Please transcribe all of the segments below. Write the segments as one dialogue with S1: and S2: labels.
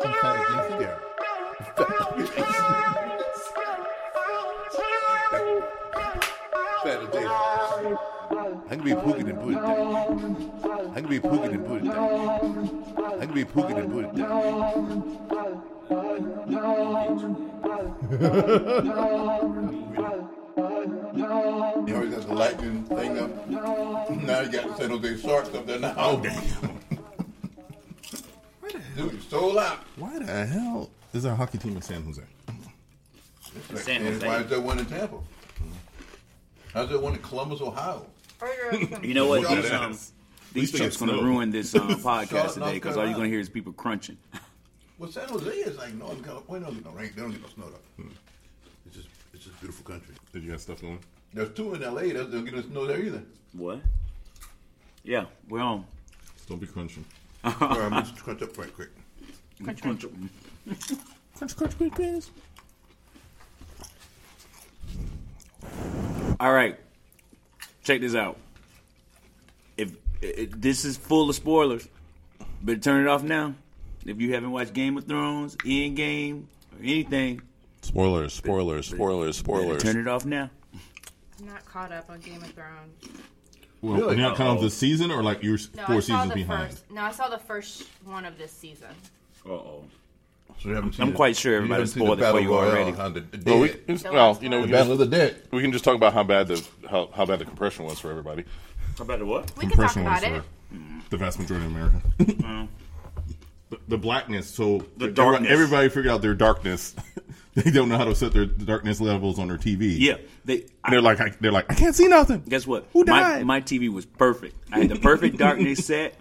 S1: Confetti gift there. Confetti gift. I can be pooking and put it down. I can be pooking and put it down. I can be pooking and put it down.
S2: You always got the lightning thing up. Now you got the San Jose Sharks up there now.
S1: Oh damn!
S2: Dude, you sold out.
S1: Why the hell is our hockey team in San Jose?
S3: San
S2: and
S3: Jose.
S2: why is there one in Tampa? How's there one in Columbus, Ohio?
S3: You know what?
S2: Shut
S3: These,
S2: up.
S3: um,
S1: We
S3: these
S1: still
S3: chips
S1: got
S3: going to
S1: snow.
S3: ruin this um,
S2: Shut
S3: podcast
S2: up,
S3: today because all you're
S2: Carolina.
S3: going to hear is people crunching.
S2: Well, San Jose is like Northern California. They don't get no rain. They don't get no snow. Though.
S1: Hmm.
S2: It's just it's just beautiful country.
S1: Did you have stuff going?
S2: There's two in L.A. That don't get no snow there either.
S3: What? Yeah, we're on.
S1: Don't be crunching.
S2: All right, I'm gonna just crunch up right quick.
S1: Crunch, crunch, quick, please.
S3: All right, check this out. If it, it- this is full of spoilers, but turn it off now. If you haven't watched Game of Thrones, End Game, or anything,
S4: Spoilers, spoilers, spoilers,
S3: better
S4: spoilers.
S3: turn it off now.
S5: I'm not caught up on Game of Thrones.
S1: Well,
S2: Really?
S1: now comes
S3: Uh-oh.
S1: the season, or like you're s-
S5: No, I
S1: four
S5: saw
S1: seasons
S5: the
S1: behind.
S5: first. No, I saw the first one of this season.
S3: Uh oh.
S2: So you haven't seen
S3: I'm
S2: it.
S3: quite sure
S2: You
S3: everybody
S2: haven't seen the
S3: spoiled it for
S2: Battle
S3: you
S2: Royale,
S3: already.
S2: huh? The- the
S4: Well, we,
S2: dead.
S4: it's- well, you know,
S2: The
S4: we
S5: The
S4: can,
S2: Battle
S4: just,
S2: of the Dead.
S4: we can just talk about how bad the how, how bad the compression was for everybody.
S3: How about the what?
S5: We can talk
S1: Impression was
S5: about
S4: uh,
S5: it.
S1: for the vast majority of America. the, the blackness. So
S3: The
S1: everybody-
S3: darkness.
S1: Everybody figured out their darkness. they don't know how to set their darkness levels on their TV.
S3: Yeah, they.
S1: And
S3: I,
S1: they're like, I, they're like, I can't see nothing.
S3: Guess what?
S1: Who
S3: my,
S1: died?
S3: my TV was perfect. I had the perfect darkness set,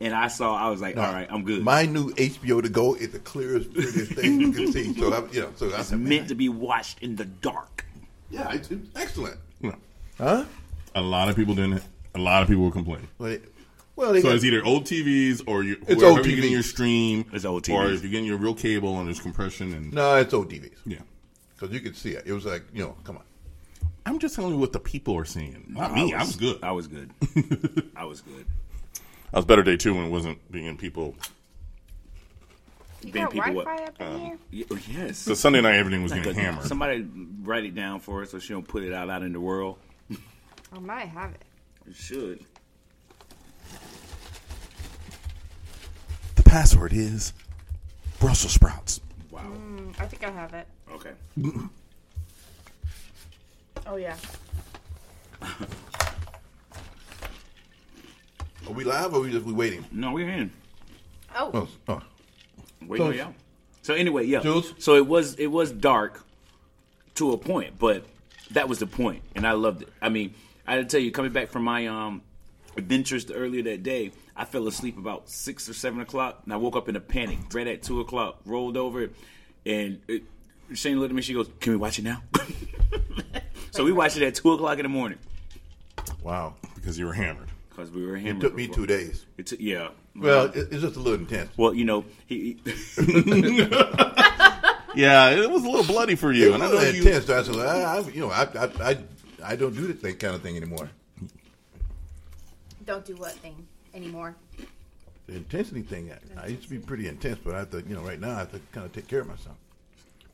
S3: and I saw. I was like, all right, I'm good.
S2: My new HBO to go is the clearest, prettiest thing you can see. So I'm, you know, so I
S3: it's
S2: said, man,
S3: meant to be watched in the dark.
S2: yeah, it's, it's excellent.
S1: No.
S2: Huh?
S1: A lot of people didn't. A lot of people were complaining.
S2: But it, well, they
S1: So
S2: got-
S1: it's either old TVs or you,
S2: It's
S1: wherever
S2: old
S1: you're getting
S2: TVs.
S1: your stream.
S3: It's old
S1: Or
S3: TVs.
S1: if you're getting your real cable and there's compression and
S2: no, it's old TVs
S1: yeah.
S2: because you could see it. It was like you know, come on.
S1: I'm just telling you what the people are saying. Not me. I was good.
S3: I was good. I was good.
S4: I was better day two when it wasn't being people.
S5: You
S3: Been
S5: got
S3: people
S5: Wi-Fi
S3: what?
S5: up in here?
S3: Y- oh, Yes.
S4: The Sunday night everything was getting
S3: Good.
S4: hammered.
S3: Somebody write it down for us so she don't put it out out in the world.
S5: I might have it.
S3: It should.
S4: The password is Brussels sprouts.
S3: Wow.
S5: Mm, I think I have it.
S3: Okay.
S5: Oh yeah.
S2: Are we live or are we just we waiting?
S3: No, we're in.
S5: Oh,
S2: Oh, oh.
S3: Wait
S2: So-
S3: for y'all. So anyway, yeah.
S2: Jules?
S3: So it was it was dark to a point, but that was the point, and I loved it. I mean, I had to tell you, coming back from my um adventures earlier that day, I fell asleep about six or seven o'clock, and I woke up in a panic. Right at two o'clock, rolled over, and it, Shane looked at me. She goes, "Can we watch it now?" so we watched it at two o'clock in the morning
S2: wow.
S4: Because you were hammered.
S3: because we were.
S2: It took me two days.
S3: It took yeah.
S2: Well, it, it's just a little intense.
S3: Well, you know, he, he
S4: Yeah, it was a little bloody for you.
S2: It
S4: and I
S2: was
S4: know you.
S2: intense. I said, I, I, you know, I, I, I, I don't do that kind of thing anymore.
S5: don't do what thing anymore.
S2: The intensity thing. I, I used to be pretty intense, but I have to, you know, right now I have to kind of take care of myself.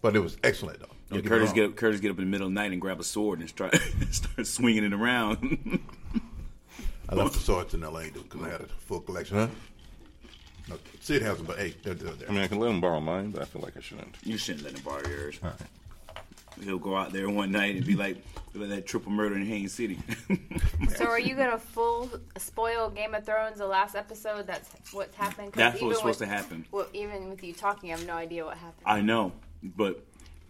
S2: But it was excellent, though. Don't
S3: Yeah,
S2: get me
S3: Curtis
S2: wrong.
S3: get up, Curtis get up in the middle of the night and grab a sword and start start swinging it around.
S2: I left the swords in L.A. because I had a full collection. Huh? No, Sid has them, but hey, they're, they're there.
S4: I mean, I can let him borrow mine, but I feel like I shouldn't.
S3: you shouldn't let him borrow yours. He'll go out there one night and be like, like that triple murder in Haines City.
S5: So are you gonna full spoil Game of Thrones the last episode? That's what's happened. 'Cause
S3: That's what was
S5: even
S3: supposed
S5: with-
S3: to happen.
S5: Well, even with you talking, I have no idea what happened.
S3: I know, but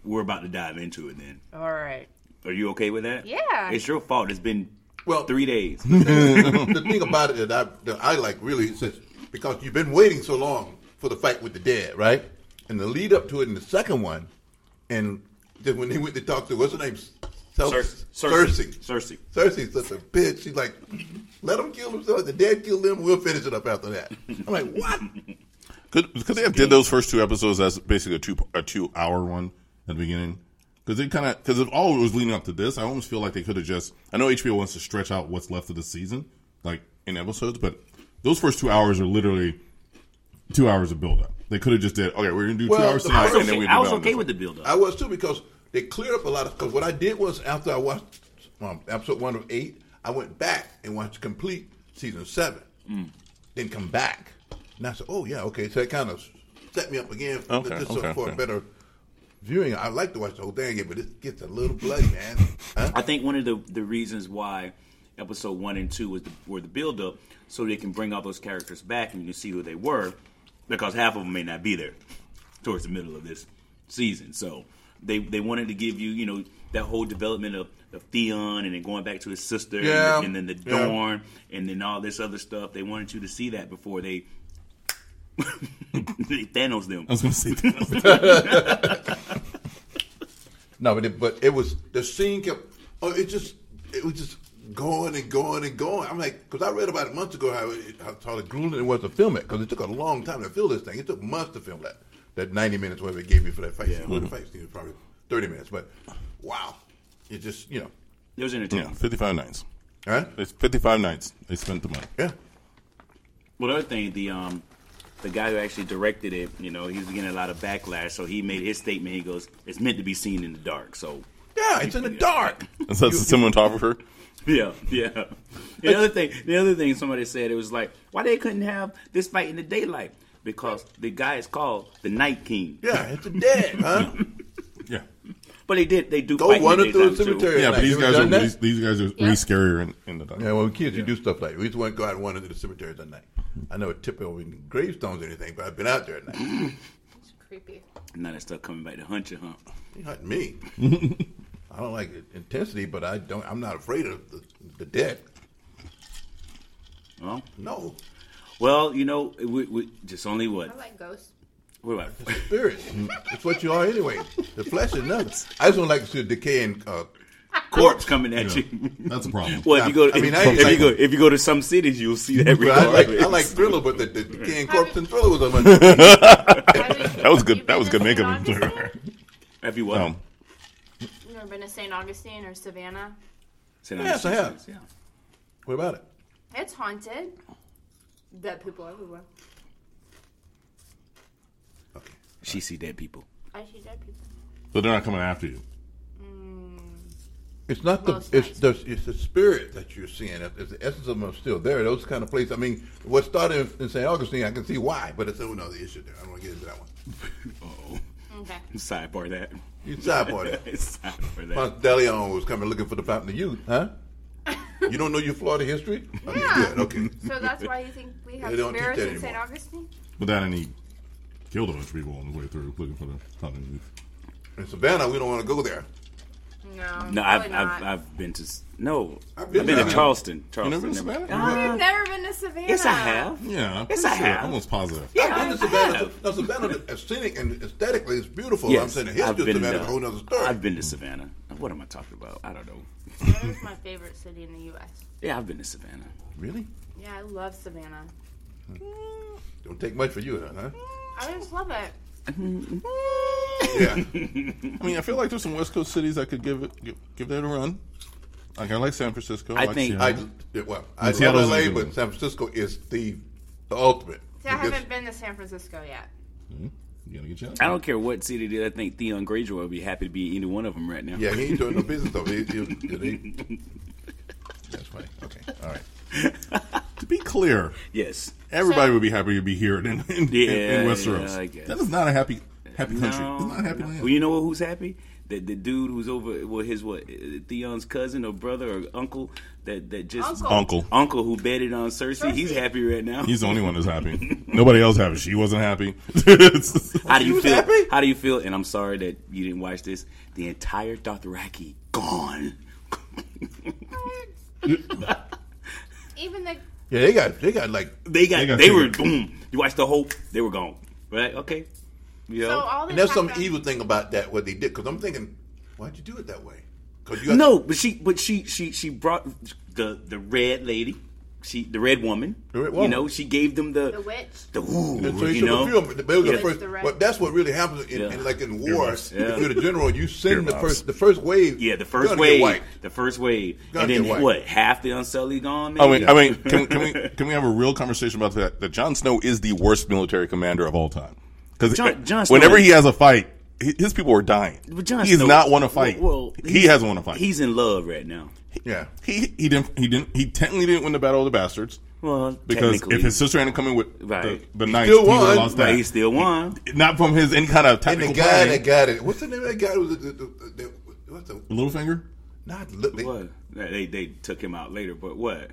S3: we're about to dive into it. Then,
S5: All right.
S3: are you okay with that?
S5: Yeah.
S3: It's your fault. It's been
S2: Well-
S3: three days.
S2: the thing about it that I, that I like really is that because you've been waiting so long for the fight with the dead, right? And the lead up to it in the second one, and then when they went to talk to what's her name, Cel-
S3: Cersei.
S2: Cersei.
S3: Cersei.
S2: Cersei's such a bitch. She's like, let them kill themselves. The dead kill them. We'll finish it up after that. I'm like, what?
S4: Could, could they have did those first two episodes as basically a two a two hour one at the beginning? Because they kind of because if all was leading up to this, I almost feel like they could have just. I know HBO wants to stretch out what's left of the season, like in episodes, but those first two hours are literally two hours of build up. They could have just did okay. We're gonna do two
S2: Well,
S4: hours
S2: the-
S4: tonight,
S2: I
S3: I
S2: was
S3: was
S4: and
S3: okay,
S4: then we.
S3: I was okay with the build
S2: I
S3: up.
S2: was too because they cleared up a lot of. Because what I did was after I watched um, episode one of eight, I went back and watched complete season seven.
S4: Mm.
S2: Then come back, and I said, "Oh yeah, okay." So it kind of set me up again for,
S4: Okay,
S2: just
S4: okay,
S2: for
S4: okay.
S2: a better viewing. I like to watch the whole thing again, but it gets a little bloody, man. Huh?
S3: I think one of the, the reasons why episode one and two was the, were the build up so they can bring all those characters back and you can see who they were because half of them may not be there towards the middle of this season. So they they wanted to give you you know that whole development of, of Theon and then going back to his sister and-
S2: Yeah.
S3: and, then the
S2: Yeah.
S3: Dorn and then all this other stuff. They wanted you to see that before they. they Thanos them.
S4: I was gonna say that.
S2: No, but it, but it was the scene kept. Oh, it just it was just going and going and going. I'm like, because I read about it months ago how it, how totally grueling it was to film it because it took a long time to film this thing. It took months to film that that 90 minutes whatever it gave me for that fight scene. Well, The fight scene was probably 30 minutes, but wow, it just you know,
S3: It was entertaining.
S4: yeah, fifty-five nights.
S2: huh?
S4: It's fifty-five nights. They spent the money.
S2: Yeah,
S3: Well, the other thing, the um, the guy who actually directed it, you know, he's getting a lot of backlash, so he made his statement. He goes, "It's meant to be seen in the dark." So,
S2: yeah, it's in the dark.
S4: And so that's the cinematographer.
S3: yeah, yeah. The other thing, the other thing, somebody said it was like, why they couldn't have this fight in the daylight because the guy is called the Night King.
S2: Yeah, it's the dead, huh?
S4: Yeah,
S3: But they did, they do
S2: Go
S3: fight
S2: wander
S3: in
S2: through the
S3: the daytime too.
S2: cemetery.
S4: yeah.
S2: at
S4: But
S2: night.
S4: these
S2: You ever
S4: guys are
S2: done that?
S4: these, these guys are way scarier in, in the dark.
S2: Yeah, well, kids, you do stuff like that. We just want to go out and wander through the cemeteries at night. I never tip over any gravestones or anything, but I've been out there at night.
S5: It's creepy.
S3: Now that stuff coming back to hunt you, huh?
S2: You're Not me. I don't like intensity, but I don't. I'm not afraid of the, the dead.
S3: Well,
S2: No
S3: well, you know, we, we just only
S5: I
S3: what?
S5: like ghosts.
S3: What about?
S2: spirit. it's what you are anyway. The flesh is nothing. I just don't like to see a decaying. Uh,
S3: Corpse coming at you.
S4: That's a problem.
S3: Well, if you go, to,
S2: I mean, I-
S3: if, you go, if you go to some cities, you'll see that.
S2: well, I like
S3: regardless.
S2: I like thriller, but the, the decaying corpse in thriller was a much.
S5: that
S4: was good- that was good makeup.
S3: Have you what?
S4: Um,
S5: You ever been to St. Augustine or Savannah?
S3: Saint
S2: Yes, I
S3: Augustine's, Yeah.
S2: what about it?
S5: It's haunted. Dead people everywhere.
S2: Okay.
S3: She see dead people.
S5: I see dead people.
S4: but they're not coming after you.
S2: It's not the
S5: Most
S2: it's, the it's the spirit that you're seeing. It's it's the essence of them are still there. Those kind of places. I mean, what started in, in St. Augustine, I can see why, but it's another issue there. I don't want to get into that one.
S3: Oh,
S5: Okay.
S3: sidebar that.
S2: You sidebar that.
S3: sidebar that.
S2: Ponce de Leon was coming looking for the Fountain of Youth, huh? You don't know your Florida history? I mean,
S5: Yeah.
S2: good, okay.
S5: So that's why you think we have
S2: They don't teach
S5: spirits
S2: that
S5: in St.
S2: anymore.
S5: Augustine?
S4: But then he killed a bunch of people on the way through looking for the fountain. of youth.
S2: In Savannah, we don't want to go there.
S5: No.
S3: No,
S5: probably
S3: I've, I've
S5: not.
S3: I've been to s- no. I've
S2: I've
S3: been,
S2: been
S3: to
S2: there.
S3: Charleston. Charleston.
S4: never been to
S3: never-
S4: Savannah?
S3: Ah,
S5: I've never been to Savannah.
S3: yes, I have.
S4: Yeah, I'm
S3: Yes,
S4: pretty
S3: I
S4: sure.
S3: have.
S4: Almost positive.
S3: Yeah,
S2: I've been to
S3: I
S2: Savannah.
S3: have.
S2: Now, Savannah, the scenic and aesthetically, it's beautiful. I'm
S3: Yes,
S2: saying the
S3: I've
S2: history of
S3: been
S2: Savannah
S3: to-
S2: is a whole other story.
S3: I've been to Savannah. What am I talking about? I don't know.
S5: Savannah's my favorite city in the U.S.
S3: Yeah, I've been to Savannah.
S2: really?
S5: Yeah, I love Savannah.
S2: Don't take much for you, huh?
S5: I just love it.
S2: Yeah.
S4: I mean, I feel like there's some West Coast cities I could give it give, give that a run. Like I like San Francisco.
S3: I
S4: like
S3: think-
S4: Seattle.
S2: I, yeah, well, I love
S4: Seattle's
S2: LA,
S4: a good one.
S2: but San Francisco is the, the ultimate.
S5: See, I
S2: Because-
S5: haven't been to San Francisco yet.
S4: Hmm? you gotta get you.
S3: I don't care what city it is. I think Theon Greyjoy would be happy to be in either one of them right now.
S2: Yeah, he ain't doing no business though. He, he, he- he- That's funny. Okay, all right.
S4: To be clear,
S3: Yes.
S4: everybody would be happy to be here in in, in,
S3: Yeah,
S4: in Westeros.
S3: yeah, I guess.
S4: That is not a happy happy country.
S3: No,
S4: It's not a happy
S3: no.
S4: land.
S3: Well, you know who's happy? That the dude who's over, well, his what? uh, Theon's cousin or brother or uncle that that just
S5: Uncle.
S4: Uncle.
S3: uncle who betted on Cersei. He's
S5: Cersei.
S3: happy right now.
S4: He's the only one that's happy. Nobody else happy. She wasn't happy. It's-
S3: How do
S2: She
S3: you
S2: was
S3: feel?
S2: happy?
S3: How do you feel? And I'm sorry that you didn't watch this. The entire Dothraki gone.
S5: Even the
S2: Yeah, they got they got like
S3: They got. They,
S4: They got
S3: were
S4: taken.
S3: boom. You watched the whole. They were gone. Right? Okay. You
S5: so
S3: know?
S5: all this
S2: And there's some
S5: happened-
S2: evil thing about that what they did because I'm thinking, why'd you do it that way? Because you got-
S3: no, but she, but she, she, she brought the the red lady. She the red woman.
S2: The red
S3: You
S2: woman.
S3: know, she gave them the
S5: the witch.
S3: the ooh,
S2: And so you,
S3: you
S2: took
S3: know.
S2: a few of them. They were the
S5: Yeah.
S2: first.
S5: The red-
S2: But that's what really happens in,
S3: Yeah.
S2: in like in war.
S4: Earmuffs.
S2: If
S3: Yeah.
S2: you're the general, you send the
S4: Earmuffs.
S2: first the first wave.
S3: Yeah, the
S2: you're
S3: first
S2: gonna get
S3: wave,
S2: wiped.
S3: the first wave,
S2: Gotta
S3: and
S2: get
S3: then
S2: wiped.
S3: what? Half the Unsullied gone.
S4: I
S3: Maybe?
S4: mean, I mean, can, can we can we have a real conversation about that? That Jon Snow is the worst military commander of all time. Because
S3: Jon- Jon Snow
S4: whenever
S3: is-
S4: he has a fight, hi- his people are dying.
S3: But Jon
S4: he's
S3: Snow-
S4: not want to fight.
S3: Well,
S4: he hasn't want to fight.
S3: He's in love right now.
S2: Yeah.
S4: he he didn't he didn't he technically didn't win the battle of the bastards
S3: Well,
S4: because
S3: technically,
S4: if his sister hadn't come in with
S3: Right.
S4: the, the knife, he
S2: still
S4: would have
S2: won.
S4: lost
S3: but
S4: that.
S3: he still won.
S4: Not from his any kind of
S2: And the
S4: technical
S2: guy
S4: planning.
S2: that got it, what's the name of that guy? who Was the, the, the, the, what's the,
S4: Littlefinger.
S2: not Lit-
S3: What? They they took him out later, but what?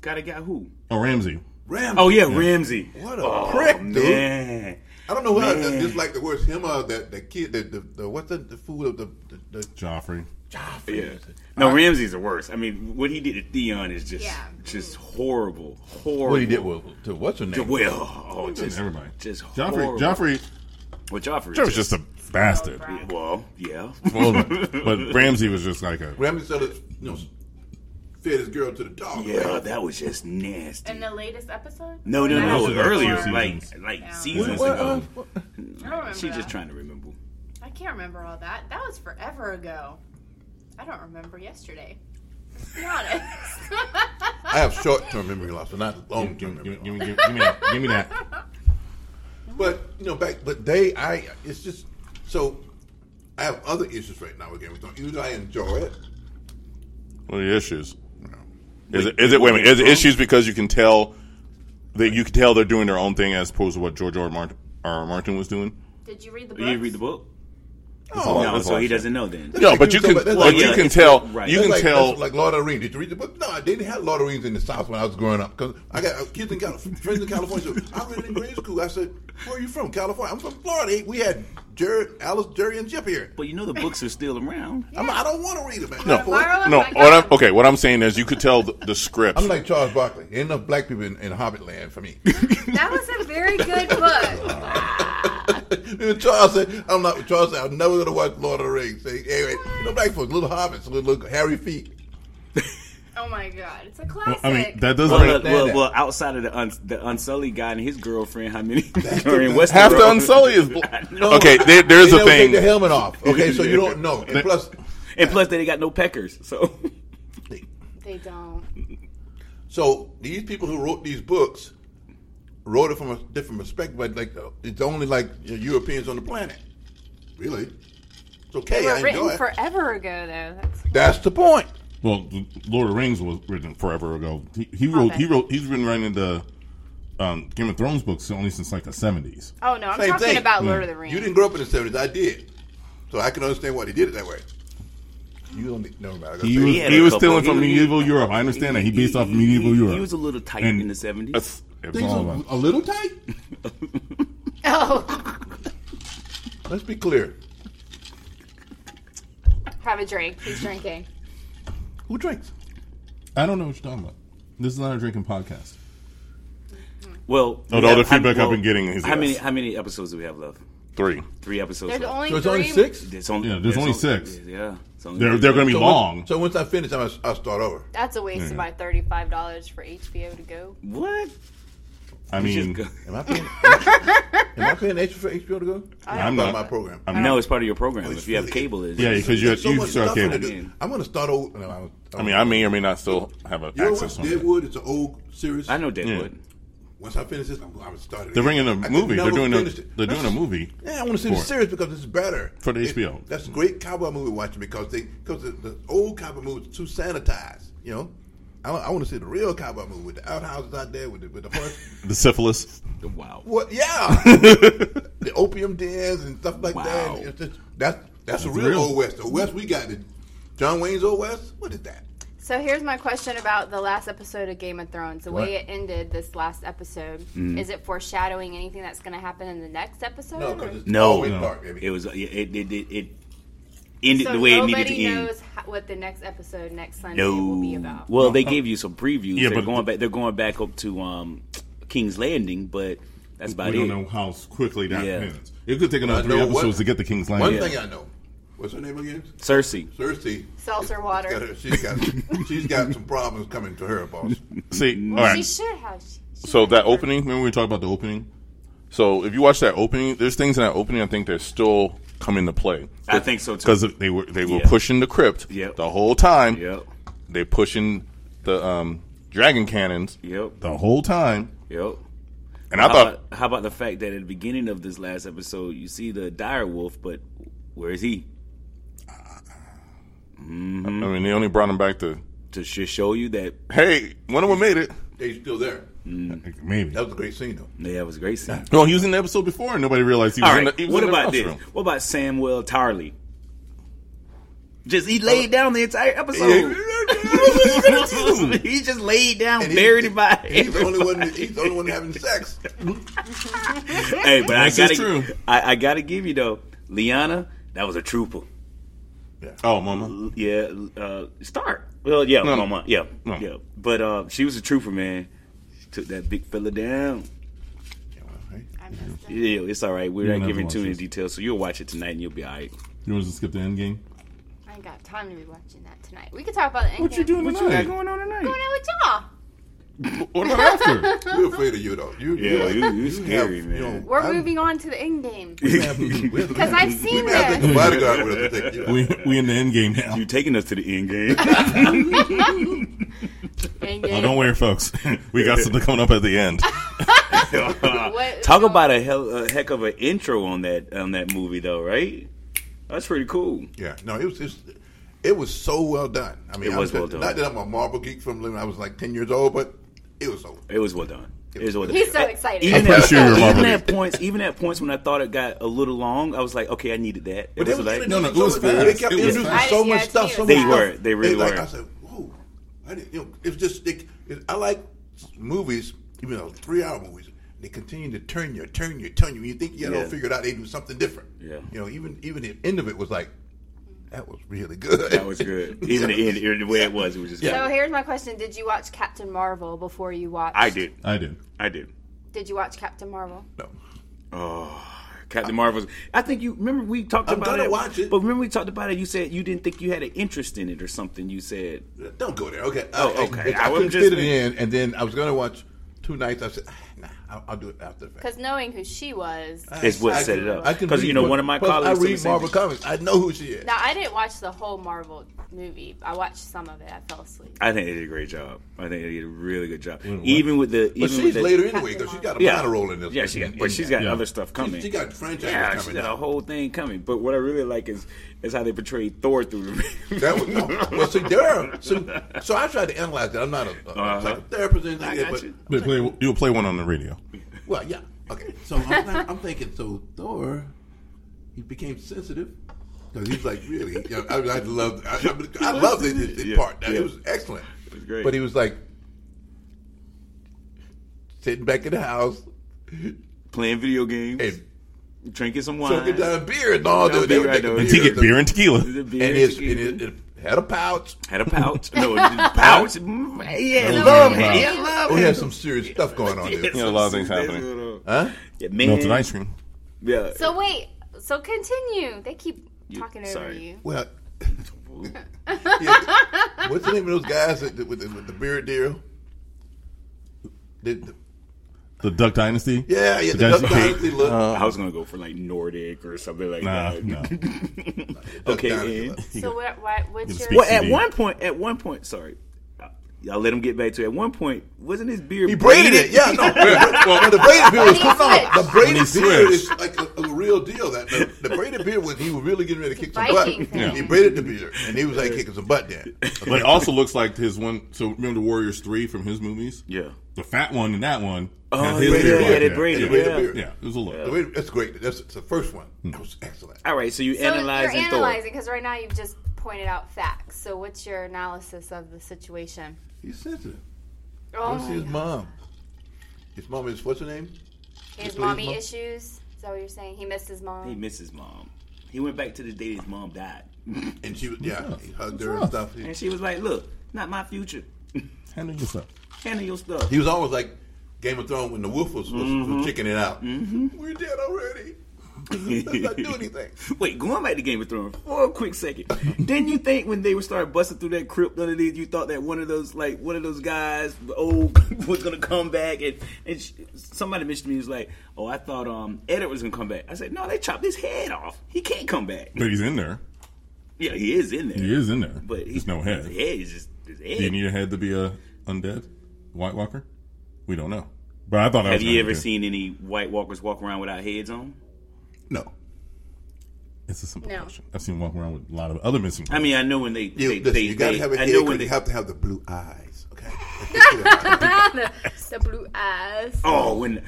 S3: Gotta got who?
S4: Oh, Ramsey.
S2: Ram.
S3: Oh yeah, Ramsey.
S2: What a prick, dude.
S3: Yeah.
S2: I don't know who I
S3: Man.
S2: dislike the worst. Him or that the kid, the, the, the what's the, the food of the, the, the
S4: Joffrey.
S3: Yeah. No, Ramsey's the worst. I mean, what he did to Theon is just
S5: Yeah.
S3: just horrible. Horrible.
S2: What he did was to what's her name?
S3: well, oh, just
S4: Everybody.
S3: Just
S4: Joffrey.
S3: horrible.
S4: Joffrey.
S3: Well, Joffrey.
S4: Joffrey's just a bastard.
S5: Right.
S3: Well, yeah.
S4: Well, but Ramsey was just like a.
S2: Ramsey said, it, you know, fed his girl to the dog.
S3: yeah,
S2: right?
S3: that was just nasty.
S5: In the latest episode?
S3: No, no,
S5: Or
S3: no.
S5: not?
S3: Earlier,
S5: Or-
S3: like
S4: seasons. uh,
S3: like
S5: Yeah.
S3: seasons
S2: What- uh,
S3: ago.
S2: what-
S5: I don't remember.
S3: She's just
S5: that.
S3: trying to remember.
S5: I can't remember all that. That was forever ago. I don't remember yesterday. Let's be honest.
S2: I have short-term memory loss, but not long-term
S4: Give,
S2: memory
S4: give,
S2: loss.
S4: give, me- give, give me that. Give me that.
S2: But you know, back but they I it's just so I have other issues right now with Game of Thrones. Either I enjoy it.
S4: What are the issues? Is it, is it wait a minute? Is it issues because you can tell that you can tell they're doing their own thing as opposed to what George R. R. Martin, R. R. Martin was doing?
S5: Did you read the book?
S3: You didn't read the book?
S4: Oh,
S3: no,
S4: that's
S3: so
S4: all
S3: he
S4: shit.
S3: doesn't know then.
S4: No, but you can,
S2: That's
S4: but
S2: like-
S4: you
S3: yeah,
S4: can
S3: it's
S4: tell,
S3: like- right.
S4: you can
S2: That's like,
S4: tell,
S2: that's like Lord of the Rings. Did you read the book? No, I didn't have Lord of the Rings in the South when I was growing up. Because I got uh, kids in California, friends in California. So I read it in grade school. I said, "Where are you from? California? I'm from Florida. We had Jared, Alice, Jerry, and Jip here.
S3: But you know the books are still around.
S2: I'm, I don't want to read it, man.
S4: no,
S5: Tomorrow is
S4: no.
S5: like-
S4: What I'm, okay, what I'm saying is you could tell the, the script.
S2: I'm like Charles Barkley. Ain't enough black people in, in Hobbit Land for me.
S5: That was a very good book.
S2: Even Charles said, "I'm not." Charles said, "I'm never gonna watch Lord of the Rings." Say, anyway, you know, black folks, little hobbits, little, little hairy feet.
S5: Oh my god, it's a
S4: Well,
S5: classic.
S4: I mean, that doesn't.
S3: Well, look,
S2: understand
S3: well,
S2: that.
S3: well, outside of the un- the Unsullied guy and his girlfriend, how many are in Westeros?
S4: half the Unsullied is. bl-
S2: No.
S4: okay, there, there's
S2: they
S4: a
S2: never Take the
S4: thing.
S2: helmet off. Okay, so you don't know. And plus,
S3: and plus they ain't got no peckers. So
S5: they don't.
S2: so these people who wrote these books wrote it from a different perspective. But like, uh, it's only like the Europeans on the planet, really. It's okay.
S5: They were
S2: I
S5: written
S2: enjoy it.
S5: forever ago, though. That's
S2: That's the point.
S4: Well, Lord of the Rings was written forever ago. He, he wrote. He
S5: Hobbit.
S4: wrote. He's been writing the um, Game of Thrones books only since like the 70s.
S5: oh no, I'm
S2: Same
S5: talking
S2: thing.
S5: about Lord of the Rings.
S2: You didn't grow up in the seventies. I did, so I can understand why they did it that way. You don't need, never mind. I gotta
S4: He
S2: say
S4: was,
S2: it.
S3: He had
S4: he
S3: a
S4: was
S3: couple-
S4: stealing from
S3: he- he-
S4: medieval Europe. I understand that he based off medieval
S3: he,
S4: Europe.
S3: He was a little tight in the seventies.
S4: That's,
S2: Things
S4: all
S2: are
S4: about-
S2: a little tight.
S5: Oh,
S2: Let's be clear.
S5: have a drink. He's drinking.
S2: Who drinks?
S4: I don't know what you're talking about. This is not a drinking podcast.
S3: Well,
S4: With
S3: we
S4: all
S3: have-
S4: Oh, the feedback
S3: how-
S4: I've been getting is
S3: how many
S4: yes.
S3: how many episodes do we have left?
S4: Three.
S3: Three episodes.
S5: There's
S3: left.
S5: only
S2: So it's
S5: three.
S2: only six.
S3: There's only
S4: Yeah, there's only six.
S3: Yeah, it's only
S4: They're they're going to be
S2: So
S4: long.
S2: Once, so once I finish, I'm, I'll start over.
S5: That's a waste of my thirty-five dollars for HBO to go.
S3: what?
S4: I mean,
S3: Just
S2: Am I paying? am I paying extra for HBO to go?
S4: I'm
S2: Part of
S4: not.
S2: my program.
S4: Uh,
S3: go- no, it's part of your program.
S2: Oh,
S3: if
S2: it's
S3: you have
S2: really-
S3: cable, it's
S4: yeah, because you
S2: There's so
S4: you
S2: much
S4: still have
S2: stuff in
S4: cable.
S2: it. I'm going to start over. No, I'm,
S4: I mean, I may or may not still have a
S2: you know
S4: access
S2: what?
S4: on it.
S2: Deadwood. It's an old series.
S3: I know Deadwood.
S2: Once I finish this, I'm, I'm starting.
S4: They're bringing a movie. They're doing a they're doing a movie.
S2: Yeah, I want to see the
S4: for it.
S2: series because it's better
S4: For the
S2: It-
S4: HBO.
S2: that's a great cowboy movie watching because they because the, the old cowboy movies are too sanitized. You know, I, want to see the real cowboy movie with the outhouses out there with the, with the horse.
S4: The syphilis.
S3: Wow.
S2: What? Yeah, the opium dens and stuff like that.
S3: Wow.
S2: It's just- that's that's the
S4: That's
S2: real,
S4: real.
S2: old west. The west we got. The John Wayne's old west. What is that?
S5: So here's my question about the last episode of Game of Thrones. The way it ended this last episode,
S3: Mm-hmm.
S5: is it foreshadowing anything that's going to happen in the next episode?
S2: No,
S5: or-
S2: because it's
S3: No.
S2: always
S4: No.
S2: dark. Baby.
S3: It was. It it it, it, it ended
S5: so
S3: the way it
S5: nobody
S3: needed to end.
S5: knows ho- what the next episode next Sunday
S3: No.
S5: will be about.
S3: Well, they gave you some previews.
S4: Uh, Yeah,
S3: they're
S4: but-
S3: going back. They're going back up to um, King's Landing, but that's about
S4: We
S3: it.
S4: don't know how quickly that
S3: Yeah.
S4: happens. It could take
S2: I
S4: another three
S2: know what-
S4: episodes to get the King's
S2: One
S4: Landing.
S2: thing I know. What's her name again?
S3: Cersei.
S2: Cersei.
S5: Seltzer
S2: It's-
S5: water.
S2: it's got her- she's got she's got some problems coming to her, boss.
S4: See, all
S5: Well, she
S4: right.
S5: should have. She, she
S4: So
S5: should
S4: that
S5: have.
S4: opening, remember we talked about the opening. So if you watch that opening, there's things in that opening I think that still come into play
S3: I think so too.
S4: because they were they were
S3: Yeah.
S4: pushing the crypt
S3: Yep.
S4: the whole time.
S3: Yep.
S4: They're pushing the um, dragon cannons
S3: Yep.
S4: the whole time.
S3: Yep.
S4: And I
S3: how,
S4: thought,
S3: about, how about the fact that at the beginning of this last episode, you see the dire wolf, but where is he?
S4: I mean, they only brought him back to,
S3: To sh- show you that
S4: hey, one of them made it.
S2: They still there.
S4: Maybe.
S2: That was a great scene though.
S3: yeah, it was a great scene.
S4: No, he was in the episode before, and nobody realized he was
S3: All
S4: in
S3: right,
S4: the. He was
S3: what
S4: in the
S3: about this?
S4: restroom.
S3: What about Samuel Tarley? Just
S4: Uh,
S3: he laid down the entire episode. he just laid down,
S2: And he-
S3: buried it by.
S2: He's the only one. He's the only one having sex.
S3: Hey, but I
S4: This is
S3: gotta,
S4: true.
S3: I, I gotta give you though, Liana, that was a trooper.
S4: Oh, mama.
S3: Yeah, uh, Stark. Well, yeah,
S4: No.
S3: Mama, yeah,
S4: No.
S3: yeah. But uh, she was a trooper, man. She took that big fella down.
S5: I missed it.
S3: Yeah, it's all right.
S4: You
S3: We're
S4: don't
S3: not
S4: have to
S3: giving
S4: watch
S3: too many
S4: this.
S3: details, so you'll watch it tonight and you'll be all right.
S4: You want us to skip the end game?
S5: I ain't got time to be watching that tonight. We could talk about the end
S4: What you
S5: game.
S4: doing
S3: What
S4: tonight?
S3: going on tonight?
S5: Going out with y'all.
S4: What about after?
S2: We're afraid of you though. You,
S3: Yeah, you- you scary,
S2: have,
S3: man.
S2: know,
S5: We're
S2: I'm-
S5: moving on to the end game
S2: we have to- we have to-
S5: because I've seen
S2: we have to
S5: this.
S2: take the bodyguard with us. to take you out.
S4: we we in the end game now.
S3: You taking us to the end game?
S5: End game.
S4: Oh, don't worry, folks. we got something coming up at the end.
S5: What-
S3: Talk
S5: so-
S3: about a hell, a heck of an intro on that on that movie though, right? That's pretty cool.
S2: Yeah, no, it was it's, it was so well done. I mean,
S3: It
S2: I
S3: was well
S2: not-
S3: done.
S2: Not that I'm a Marvel geek from when I was like ten years old, but it was so.
S3: It was well done. It was well done.
S5: He's so excited.
S4: I'm
S3: Even
S4: pretty
S3: at,
S4: sure you're
S3: even
S4: Marvel.
S3: at points, even at points when I thought it got a little long, I was like, okay, I needed that. It
S2: But they
S3: was
S2: was
S3: like,
S2: introducing
S4: No, no, it was
S2: so much- They
S4: fast.
S2: kept
S4: It was
S2: introducing
S5: fast.
S2: so
S5: I- yeah,
S2: much
S5: it's
S2: stuff.
S5: here.
S2: So
S5: They
S2: much
S3: were.
S2: stuff.
S3: They really
S2: It's like,
S3: were.
S2: I said, whoa, I didn't. You know, it's just it, it, I like movies, even though three-hour movies. They continue to turn you, turn you, turn you. When you think you got it all
S3: Yeah.
S2: figured out, they do something different.
S3: Yeah.
S2: You know, even even the end of it was like, that was really good.
S3: that was good. Even the end, it- the way it was, it was just.
S5: So here's my question: Did you watch Captain Marvel before you watched?
S3: I did.
S4: I did.
S3: I did. Oh,
S5: Did you watch Captain Marvel?
S2: No.
S3: Captain Marvel's. I think you remember we talked
S2: I'm
S3: about
S2: gonna
S3: it.
S2: watch it.
S3: But remember we talked about it. You said you didn't think you had an interest in it or something. You said
S2: Don't go there. Okay.
S3: Oh, okay.
S2: I, I,
S3: I
S2: I
S3: was
S2: couldn't
S3: just-
S2: fit it in, and then I was going to watch two nights. I said, "Ah, nah, I'll, I'll do it after the fact.
S5: Because knowing who she was,
S3: it's what
S2: I
S3: set
S2: can-
S3: it up.
S2: I can
S3: Because
S2: read
S3: you know
S2: what-
S3: one of my
S2: plus,
S3: colleagues.
S2: I
S3: told me
S2: read
S3: the same
S2: Marvel
S3: thing.
S2: comics. I know who she is.
S5: now I didn't watch the whole Marvel movie. I watched some of it. I fell asleep.
S3: I think they did a great job. I think they did a really good job. Even with the even
S2: but
S3: with
S2: she's
S3: the,
S2: later anyway because she got a
S3: Yeah.
S2: minor role in this.
S3: Yeah, she got, but she's got other stuff coming.
S2: She got franchise
S3: yeah, she
S2: coming.
S3: got a
S2: now.
S3: whole thing coming. But what I really like is is how they portrayed Thor through the movie.
S2: That was, no. well, see, there are, so, so I tried to analyze that. I'm not a, a psychotherapist or anything,
S3: Uh-huh. I
S2: like that,
S3: got
S2: but
S3: you.
S4: But play, you'll play one on the radio.
S2: Well, yeah. Okay. So I'm, not- I'm thinking, so Thor, he became sensitive. Because he's like, really? You know, I, I love I, I, I love this, this
S3: Yeah,
S2: part. That-
S3: yeah.
S2: It was excellent. It
S3: was great.
S2: But he was like, sitting back in the house
S3: Playing video games,
S2: and
S3: drinking some wine.
S2: soaking down beer and all
S3: Down
S2: that. They
S3: beer,
S2: were
S3: I
S2: taking
S3: know.
S4: And
S3: And
S4: ticket beer and tequila.
S3: The beer
S2: And his,
S3: chicken.
S2: and his, it had a pouch.
S3: had a pouch. No, it didn't- pouch. Mm, Yeah,
S4: was
S3: love.
S4: a
S3: it.
S4: pouch.
S3: Yeah, love.
S2: Oh, he
S3: it.
S2: had some serious stuff going on there.
S4: Yeah, a lot of things
S3: That's
S4: happening.
S3: what, uh,
S2: Huh?
S3: Yeah, man.
S4: Melted ice cream.
S3: Yeah.
S5: So wait. So continue. They keep talking over
S3: sorry.
S5: you.
S2: Well, yeah. what's the name of those guys that, with, the, with the beard deal? The- the-
S4: The Duck Dynasty.
S2: yeah, yeah,
S4: The
S2: the
S4: guys
S2: Duck
S4: who Uh, hate-
S2: Dynasty look.
S3: I was gonna go for like Nordic or something like
S4: Nah,
S3: that.
S4: no.
S2: Duck
S3: Okay.
S2: Dynasty
S3: and-
S2: look.
S5: So what? what what's
S4: Gonna
S5: your?
S4: speak
S3: Well,
S4: to
S3: at
S4: CD.
S3: one point, at one point, sorry, y'all let him get back to. It. At one point, wasn't his beard
S2: He braided it. Yeah, no. well, the braided beard was come on. The braided
S4: When he
S2: beard is
S4: switched.
S2: like a, a real deal. That the, the braided beard was he was really getting ready to kick some butt.
S5: Viking thing.
S4: Yeah.
S2: He braided the beard, and he was like kicking some butt then.
S4: But it also looks like his one. So remember the Warriors three from his movies.
S3: Yeah.
S4: The fat one and that one.
S3: Oh,
S4: had his
S3: yeah,
S4: beard
S3: yeah,
S4: like
S3: they
S4: that.
S3: braided
S2: it. Yeah.
S4: Yeah, it was a look.
S2: The way- That's great. That's the first one.
S4: Hmm.
S2: That was excellent.
S3: All right, so you
S5: So
S3: analyzing
S5: you're
S3: Thor.
S5: analyzing because right now you've just pointed out facts. So what's your analysis of the situation?
S2: He's sensitive.
S5: Oh,
S2: What's his mom? His mom is what's her name?
S5: he has
S2: Please,
S5: mommy
S2: Mom.
S5: issues. Is that what you're saying? He missed his mom.
S3: He missed his mom. He went back to the day his mom died,
S2: And she was yeah. He hugged her
S4: What's
S2: and
S4: up?
S2: stuff. He-
S3: and she was like, "Look, not my future.
S4: Handle yourself.
S3: Handle your stuff."
S2: He was always like Game of Thrones when the wolf was, was,
S3: Mm-hmm.
S2: was chickening out. We're dead already. Let's not do anything.
S3: Wait, going back to Game of Thrones for a quick second. Didn't you think when they would start busting through that crypt underneath, you thought that one of those like one of those guys, the old, was gonna come back? And and sh- somebody mentioned to me he was like, "Oh, I thought um Edward was gonna come back." I said, "No, they chopped his head off. He can't come back."
S4: But he's in there.
S3: Yeah, he is in there.
S4: He is in there.
S3: But he's
S4: there's no head.
S3: His head is just his head.
S4: uh, Do you need a head to be a undead White Walker? We don't know. But I thought I
S3: Have
S4: was
S3: you
S4: gonna
S3: ever
S4: do-
S3: seen any White Walkers walk around without heads on?
S2: No.
S4: It's a simple
S5: No.
S4: question. I've seen him walk around with a lot of other missing.
S3: I mean, I know when they
S2: You,
S3: they,
S2: listen,
S3: they,
S2: you gotta
S3: they-
S2: have a
S3: I
S2: head.
S3: know when
S2: 'cause
S3: they
S2: you have to have the blue eyes. Okay. Let's get it.
S5: the, the blue eyes.
S3: Oh, when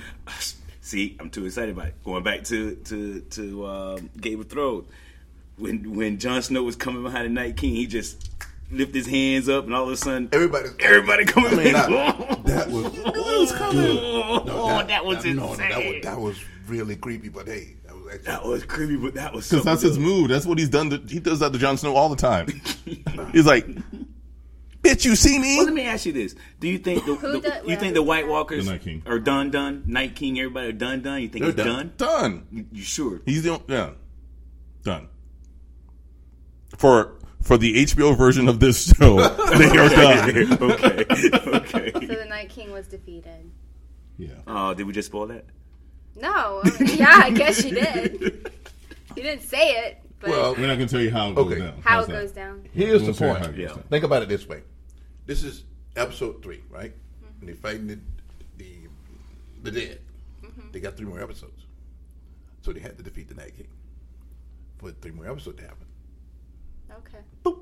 S3: see, I'm too excited about it. Going back to to to um, Game of Thrones, when when Jon Snow was coming behind the Night King, he just lifted his hands up, and all of a sudden,
S2: Everybody.
S3: everybody coming in.
S2: Nah, that was.
S3: oh, that, was
S2: no, no,
S3: insane.
S2: that was that was really creepy. But hey, that was actually.
S3: That was creepy, but that was
S4: Because
S3: something.
S4: that's his move. That's what he's done. To, he does that to Jon Snow all the time. he's like, "Bitch, you see
S3: Well, let
S4: me?"
S3: me ask you this: Do you think the, the-
S5: Who does-
S3: you think the White Walkers
S4: The Night King.
S3: are done, done? Night King, everybody are done, done. You think
S2: They're
S3: it's done?
S2: done.
S4: Done.
S3: You sure?
S4: He's the on- yeah. Done. For for the HBO version of this show, they are done.
S3: okay, okay.
S5: So the Night King was defeated.
S4: Yeah.
S3: Oh, did we just spoil that?
S5: No. I mean, yeah, I guess you did. You didn't say it, but
S2: Well,
S4: We're not gonna tell you how it goes
S2: Okay.
S4: down.
S5: how
S4: How's
S5: it
S4: that?
S5: goes down.
S2: Here's the
S4: We'll tell you how
S2: point.
S4: it goes
S3: Yeah.
S4: down.
S2: Think about it this way: this is episode three, right?
S5: Mm-hmm.
S2: And they're fighting the the, the dead.
S5: Mm-hmm.
S2: They got three more episodes, so they had to defeat the Night King for three more episodes to happen.
S5: Okay. what?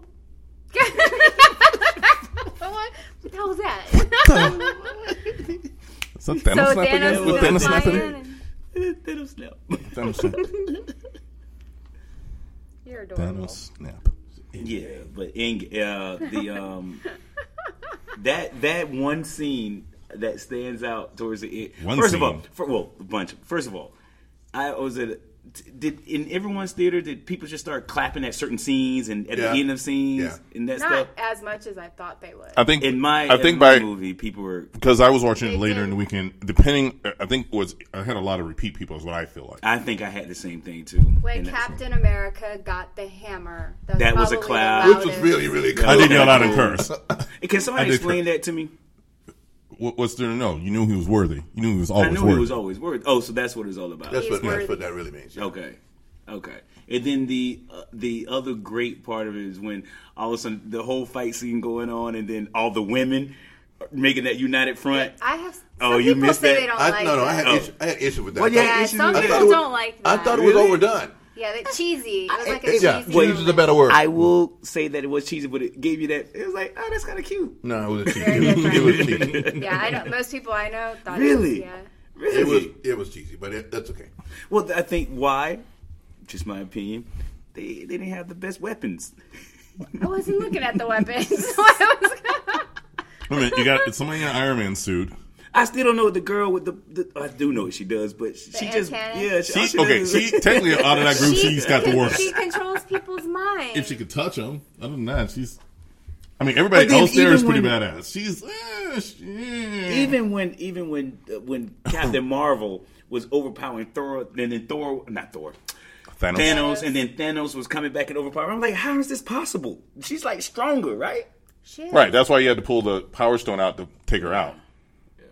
S5: What the hell was that?
S4: Is that
S5: so
S4: Thanos snap again?
S5: Thanos
S4: The
S5: was
S4: Thanos snap
S5: flying
S4: again?
S5: and-
S3: That'll snap.
S4: Thanos snap.
S5: You're adorable.
S4: Thanos snap.
S3: Yeah, but in uh, the um, that that one scene that stands out towards the end.
S4: One
S3: First of all,
S4: scene.
S3: fir- well, a bunch. First of all, I was at. a- t- Did in everyone's theater did people just start clapping at certain scenes and at
S2: Yeah.
S3: the end of scenes
S2: Yeah.
S3: and that
S5: Not
S3: stuff?
S5: as much as I thought they would.
S4: I think
S3: In my
S4: I think
S3: in
S4: by
S3: my movie, people were.
S4: because I was watching it
S5: They
S4: later
S5: did.
S4: in the weekend. Depending, I think was I had a lot of repeat people. Is what I feel like.
S3: I think I had the same thing too.
S5: when
S3: And that's-
S5: Captain America got the hammer, that was,
S3: That was a
S5: probably the
S3: cloud.
S2: Which was
S5: loudest.
S2: really, really cool.
S4: I didn't yell out and
S3: Cool.
S4: curse.
S3: Can
S4: I
S3: somebody
S4: did
S3: explain that to me?
S4: What, what's there to know? You knew he was worthy. You knew he was
S3: I
S4: always
S3: knew
S4: worthy.
S3: it was always worth. Oh, so that's what it's all about.
S2: That's
S5: He's
S2: what, that's
S5: worthy.
S2: what that really means. yeah.
S3: Okay, okay. And then the uh, the other great part of it is when all of a sudden the whole fight scene going on, and then all the women making that united front.
S5: I have. Some
S3: Oh, you
S5: people
S3: missed
S5: say
S3: that?
S5: They don't
S2: I,
S5: like
S2: no, no, I had,
S5: that.
S3: Oh.
S2: issue, I had issue with that.
S3: Well,
S2: I
S3: yeah,
S2: thought-
S5: Yeah,
S3: issues
S5: some
S3: with
S5: people
S3: that.
S5: don't like
S2: I
S5: that.
S2: thought it was
S3: Really?
S2: overdone.
S5: Yeah, that cheesy. It was like a
S2: It- yeah,
S5: cheesy.
S2: well, use a
S5: moment.
S2: better word.
S3: I will say that it was cheesy, but it gave you that. It was like, oh, that's kind of cute.
S2: no, it was a cheat.
S5: Very
S2: It was, it was
S5: different.
S2: cheesy.
S5: Yeah, I know. Most people I know thought
S3: Really?
S5: It was, yeah.
S3: Really?
S2: It was, it was cheesy, but it, that's okay.
S3: Well, I think why, just my opinion, they they didn't have the best weapons.
S5: I wasn't looking at the weapons. so I was
S4: Wait a minute, you got somebody in an Iron Man suit.
S3: I still don't know what the girl with the, the I do know what she does, but she,
S5: The
S3: just
S5: antenna?
S3: yeah. She, all
S4: She, okay,
S3: does
S4: she
S3: is-
S4: technically out of that group, she, has got the worst.
S5: She controls people's minds.
S4: if she could touch him, other than that, she's. I mean, everybody
S3: But then
S4: else there
S3: even
S4: is pretty
S3: when-
S4: badass. She's eh, she- yeah.
S3: even when even when uh, when Captain Marvel was overpowering Thor, and then Thor not Thor.
S4: Thanos.
S3: Thanos and then Thanos was coming back and overpowering. I'm like, how is this possible? She's like stronger, right?
S5: She is.
S4: Right, that's why you had to pull the Power Stone out to take her out.
S3: Yeah.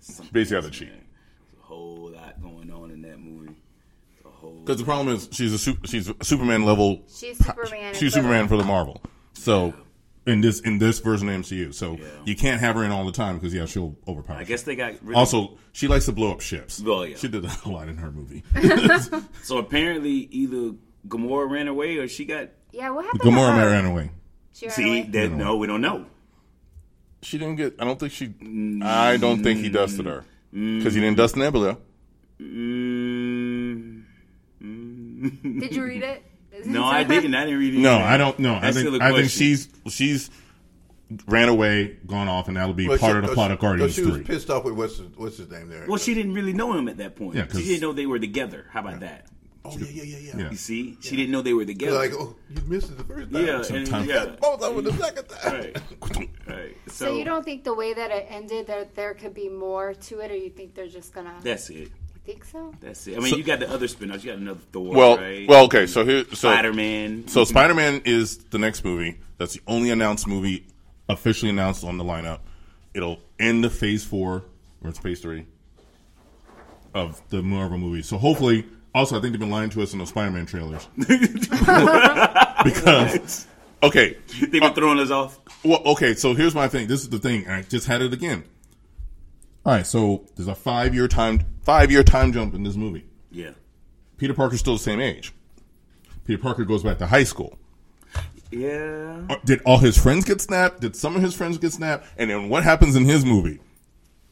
S3: Something
S4: Basically, has a cheat.
S3: man. There's a whole lot going on in that movie. It's a whole.
S4: Because the problem is she's a sup- she's a Superman level.
S5: She's Superman.
S4: She's Superman for the Marvel. So in this in this version of MCU, so you can't have her in all the time because yeah, she'll overpower.
S3: I guess they got rid of
S4: Also, she likes to blow up ships.
S3: Oh, yeah.
S4: She did that a lot in her movie.
S3: So apparently, either Gamora ran away or she got.
S5: Yeah, what happened to
S4: Gamora
S5: her?
S4: ran away.
S5: She ran
S3: See,
S5: away?
S3: that, no, we don't know.
S4: She didn't get. I don't think she.
S3: Mm.
S4: I don't think he dusted her because he didn't dust Nebula.
S3: Mm,
S5: Did you read it? Is
S3: no,
S5: it-
S3: I didn't. I didn't read it.
S4: No, I don't know. I
S3: That's still
S4: think
S3: a
S4: I think
S3: question.
S4: she's she's ran away, gone off, and that'll be
S2: But
S4: part
S2: she-
S4: of the
S2: but
S4: plot
S2: she-
S4: of Guardians
S2: but she was
S4: Three.
S2: pissed off with what's his, what's his name there.
S3: Well, she didn't really know him at that point.
S4: Yeah, 'cause-
S3: she didn't know they were together. How about that?
S2: Oh yeah, yeah, yeah, yeah.
S4: Yeah.
S3: You see, she didn't know they were together.
S2: You're like, oh, you missed it the first time.
S3: yeah, and,
S4: Sometimes-
S3: yeah.
S2: Both of them the second time.
S3: Right, right. So,
S5: So, you don't think the way that it ended that there could be more to it, or you think they're just gonna?
S3: That's it.
S5: I think so.
S3: That's it. I mean, you got the other spin-offs. You got another Thor.
S4: Well,
S3: right?
S4: well, okay. So here, so
S3: Spider-Man.
S4: So Spider Man is the next movie. That's the only announced movie officially announced on the lineup. It'll end the phase four or it's phase three of the Marvel movie. So hopefully also I think they've been lying to us in those Spider Man trailers. because okay.
S3: They've been throwing us off.
S4: Well okay, so here's my thing. This is the thing, and I just had it again. All right, so there's a five year time five year time jump in this movie.
S3: Yeah.
S4: Peter Parker's still the same age. Peter Parker goes back to high school.
S3: Yeah.
S4: Uh, Did all his friends get snapped? Did some of his friends get snapped? And then what happens in his movie?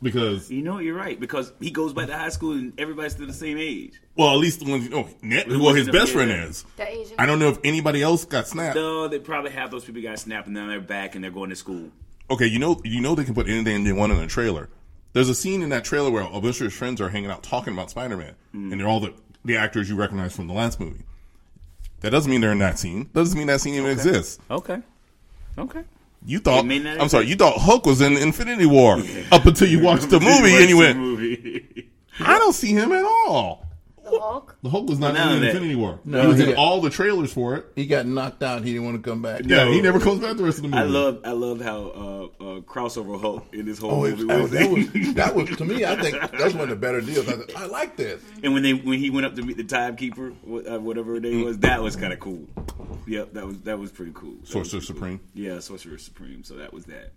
S4: Because
S3: You know, you're right because he goes back to high school and everybody's still the same age.
S4: well, at least the ones you know, net, well, his best friend is.
S5: The Asian.
S4: I don't know if anybody else got snapped.
S3: No, they probably have those people got snapped and then they're back and they're going to school.
S4: Okay, you know, you know they can put anything they want in a trailer. There's a scene in that trailer where a bunch of his friends are hanging out talking about Spider-Man, and they're all the, the actors you recognize from the last movie. That doesn't mean they're in that scene. Doesn't mean that scene even exists.
S3: Okay. Okay.
S4: You thought
S3: It may not
S4: I'm sorry. You thought Hulk was in Infinity War up until you watched the movie, and you went,
S3: movie.
S4: "I don't see him at all."
S5: The Hulk.
S4: The Hulk was not
S3: None of
S4: in
S3: that.
S4: Infinity War.
S2: No,
S4: he was
S2: he
S4: in
S2: didn't.
S4: all the trailers for it.
S2: He got knocked out. He didn't want to come back.
S4: Yeah, he never comes back the rest of the movie.
S3: I love I love how uh, uh, crossover Hulk in this whole
S2: Oh, it,
S3: movie
S2: that, was,
S3: was.
S2: that was that was to me. I think that's one of the better deals. I, said, I like this.
S3: and when they when he went up to meet the timekeeper, wh- uh, whatever it
S4: Mm.
S3: was, that was kind of cool. Yep, that was that was pretty cool. That was
S4: Sorcerer
S3: pretty
S4: Supreme.
S3: cool. Yeah, Sorcerer Supreme. So that was that.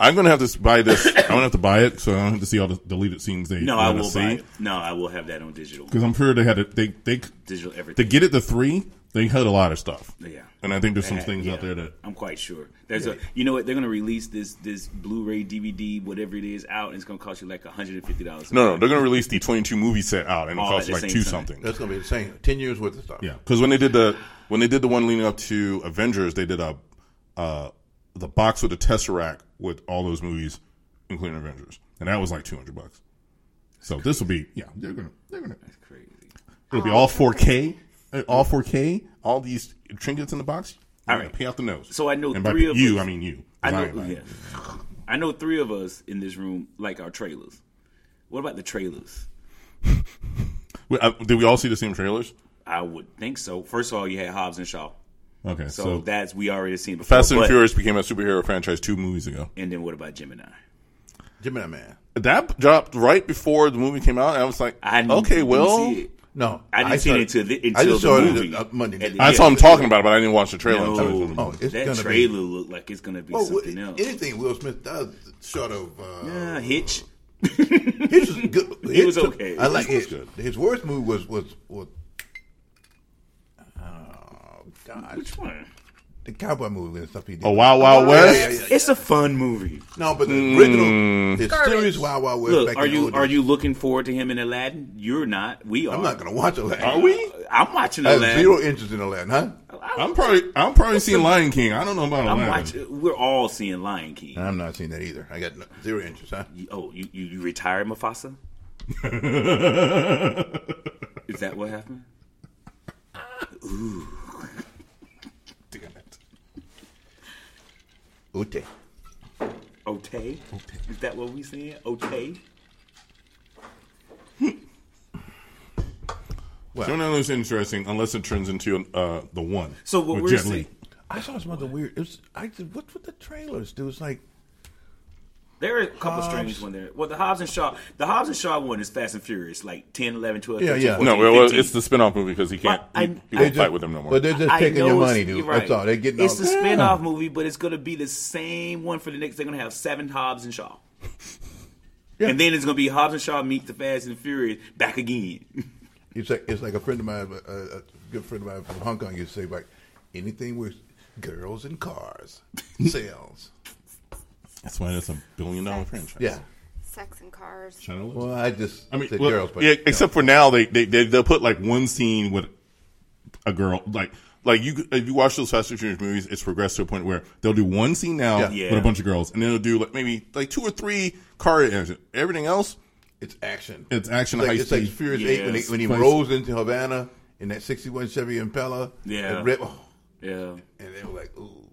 S4: I'm gonna have to s- buy this. I'm gonna have to buy it, so I don't have to see all the deleted scenes they
S3: No, I
S4: want to
S3: will
S4: see.
S3: buy it. No, I will have that on digital.
S4: because I'm sure they had a, they they
S3: Digital
S4: to
S3: everything.
S4: get it to three. They had a lot of stuff.
S3: Yeah.
S4: and I think there's some
S3: Yeah,
S4: things
S3: yeah.
S4: out there that
S3: I'm quite sure. There's a you know what they're gonna release this this Blu-ray DVD whatever it is out and it's gonna cost you like 150 dollars.
S4: no, no, they're gonna release the 22 movie set out and it
S3: All
S4: costs
S3: at the
S4: like
S3: same
S4: two
S3: time.
S4: something.
S2: That's gonna be the same. Ten years worth of stuff.
S4: Yeah, because when they did the when they did the one leading up to Avengers, they did a uh, the box with the Tesseract with all those movies, including Avengers, and that was like 200 bucks. So this will be yeah, they're gonna they're gonna
S3: crazy.
S4: it'll be all 4K, uh, all 4K, all these trinkets in the box. All
S3: right.
S4: pay out the nose.
S3: So I know
S4: and
S3: three
S4: by
S3: of
S4: you,
S3: us-
S4: I mean you.
S3: I
S4: 'cause
S3: know.
S4: ain't buying
S3: yeah.
S4: it.
S3: I know three of us in this room like our trailers. What about the trailers?
S4: Wait, uh, did we all see the same trailers?
S3: I would think so. First of all, you had Hobbs and Shaw,
S4: Okay,
S3: so,
S4: so,
S3: that's we already seen before.
S4: Fast and
S3: but-
S4: Furious became a superhero franchise two movies ago.
S3: And then what about Gemini?
S2: Gemini Man.
S4: That dropped right before the movie came out, and I was like,
S3: I didn't-
S4: okay,
S3: didn't
S4: well,
S3: see it.
S2: No,
S3: I didn't see
S2: saw-
S3: it until the, until
S2: I just
S3: the
S2: saw
S3: movie.
S2: it uh, Monday.
S3: At the-
S4: I
S3: yeah.
S4: saw him talking about it, but I didn't watch the trailer.
S3: No.
S4: until it was-
S2: Oh, it's
S3: that
S2: gonna
S3: trailer
S2: be.
S3: looked like it's gonna be
S2: Oh,
S3: something
S2: well,
S3: else.
S2: anything Will Smith does, short of uh,
S3: Yeah, Hitch.
S2: His was good.
S3: It was okay.
S2: I like his.
S4: His was good.
S2: His worst move was was was. Oh gosh,
S3: Which one?
S2: the cowboy movie and stuff he did.
S4: a Oh, Wild Wild
S2: yeah,
S4: West.
S2: yeah, yeah.
S3: It's a fun movie.
S2: No, but the original, his
S5: Garbage.
S2: serious Wild Wild West.
S3: Look,
S2: back
S3: are
S2: in the
S3: you
S2: old
S3: are
S2: days.
S3: you looking forward to him in Aladdin? You're not. We are.
S2: I'm not gonna watch Aladdin.
S4: Are we?
S3: I'm watching
S2: I have
S3: Aladdin.
S2: zero interest in Aladdin, huh?
S4: I'm probably I'm probably seeing Lion King. I don't know about
S3: I'm
S4: Aladdin.
S3: watching. We're all seeing Lion King.
S2: I'm not seeing that either. I got no, zero interest, huh?
S3: You- Oh, you, you, you retired Mufasa? Is that what happened?
S4: Damn it.
S2: Ute.
S3: Okay. Is that what we saying? Okay.
S4: So none of those interesting unless it turns into uh, the one.
S3: So what
S4: with
S3: we're
S4: Jet
S3: saying-
S4: Li.
S2: I saw some other weird. It was, I said, what's with the trailers, dude? It's like
S3: There are a couple
S2: Hobbs.
S3: strange ones there. Well, the Hobbs and Shaw, the Hobbs and Shaw one is Fast and Furious, like 10, 11, 12,
S2: Yeah,
S3: 13,
S2: yeah.
S3: 14,
S4: No, well, well,
S3: 15.
S4: it's the spin-off movie because he can't.
S3: But I-
S4: he, he
S3: I
S4: won't
S2: just-
S4: fight with him no more.
S2: But they're just
S3: I
S2: taking
S3: know
S2: your
S3: it's-
S2: money, dude.
S3: you're right.
S2: That's all. They're getting
S3: It's
S2: all
S3: the spin-off movie, but it's going to be the same one for the next. They're going to have seven Hobbs and Shaw. And then it's going to be Hobbs and Shaw meet the Fast and Furious back again.
S2: It's like it's like a friend of mine, a, a a good friend of mine from Hong Kong, used to say like, anything with girls and cars, sales.
S4: That's why that's a billion-dollar franchise.
S2: Yeah.
S5: Sex and cars.
S4: China lives.
S2: Well, I just
S4: I mean,
S2: said
S4: well,
S2: girls, but
S4: yeah, except for now, they, they they they'll put like one scene with a girl, like like you if you watch those Fast and Furious movies, it's progressed to a point where they'll do one scene now
S2: Yeah.
S3: Yeah.
S4: with a bunch of girls, and then they'll do like maybe like two or three car engine. Everything else,
S2: it's action.
S4: it's action
S2: It's like,
S4: heist.
S2: it's like
S4: scene.
S2: Furious
S3: Yeah.
S2: Eight when he, when he
S4: Place-
S2: rolls into Havana in that '61 Chevy Impala.
S3: Yeah.
S2: And, red, oh,
S3: Yeah.
S2: and they were like, "Ooh,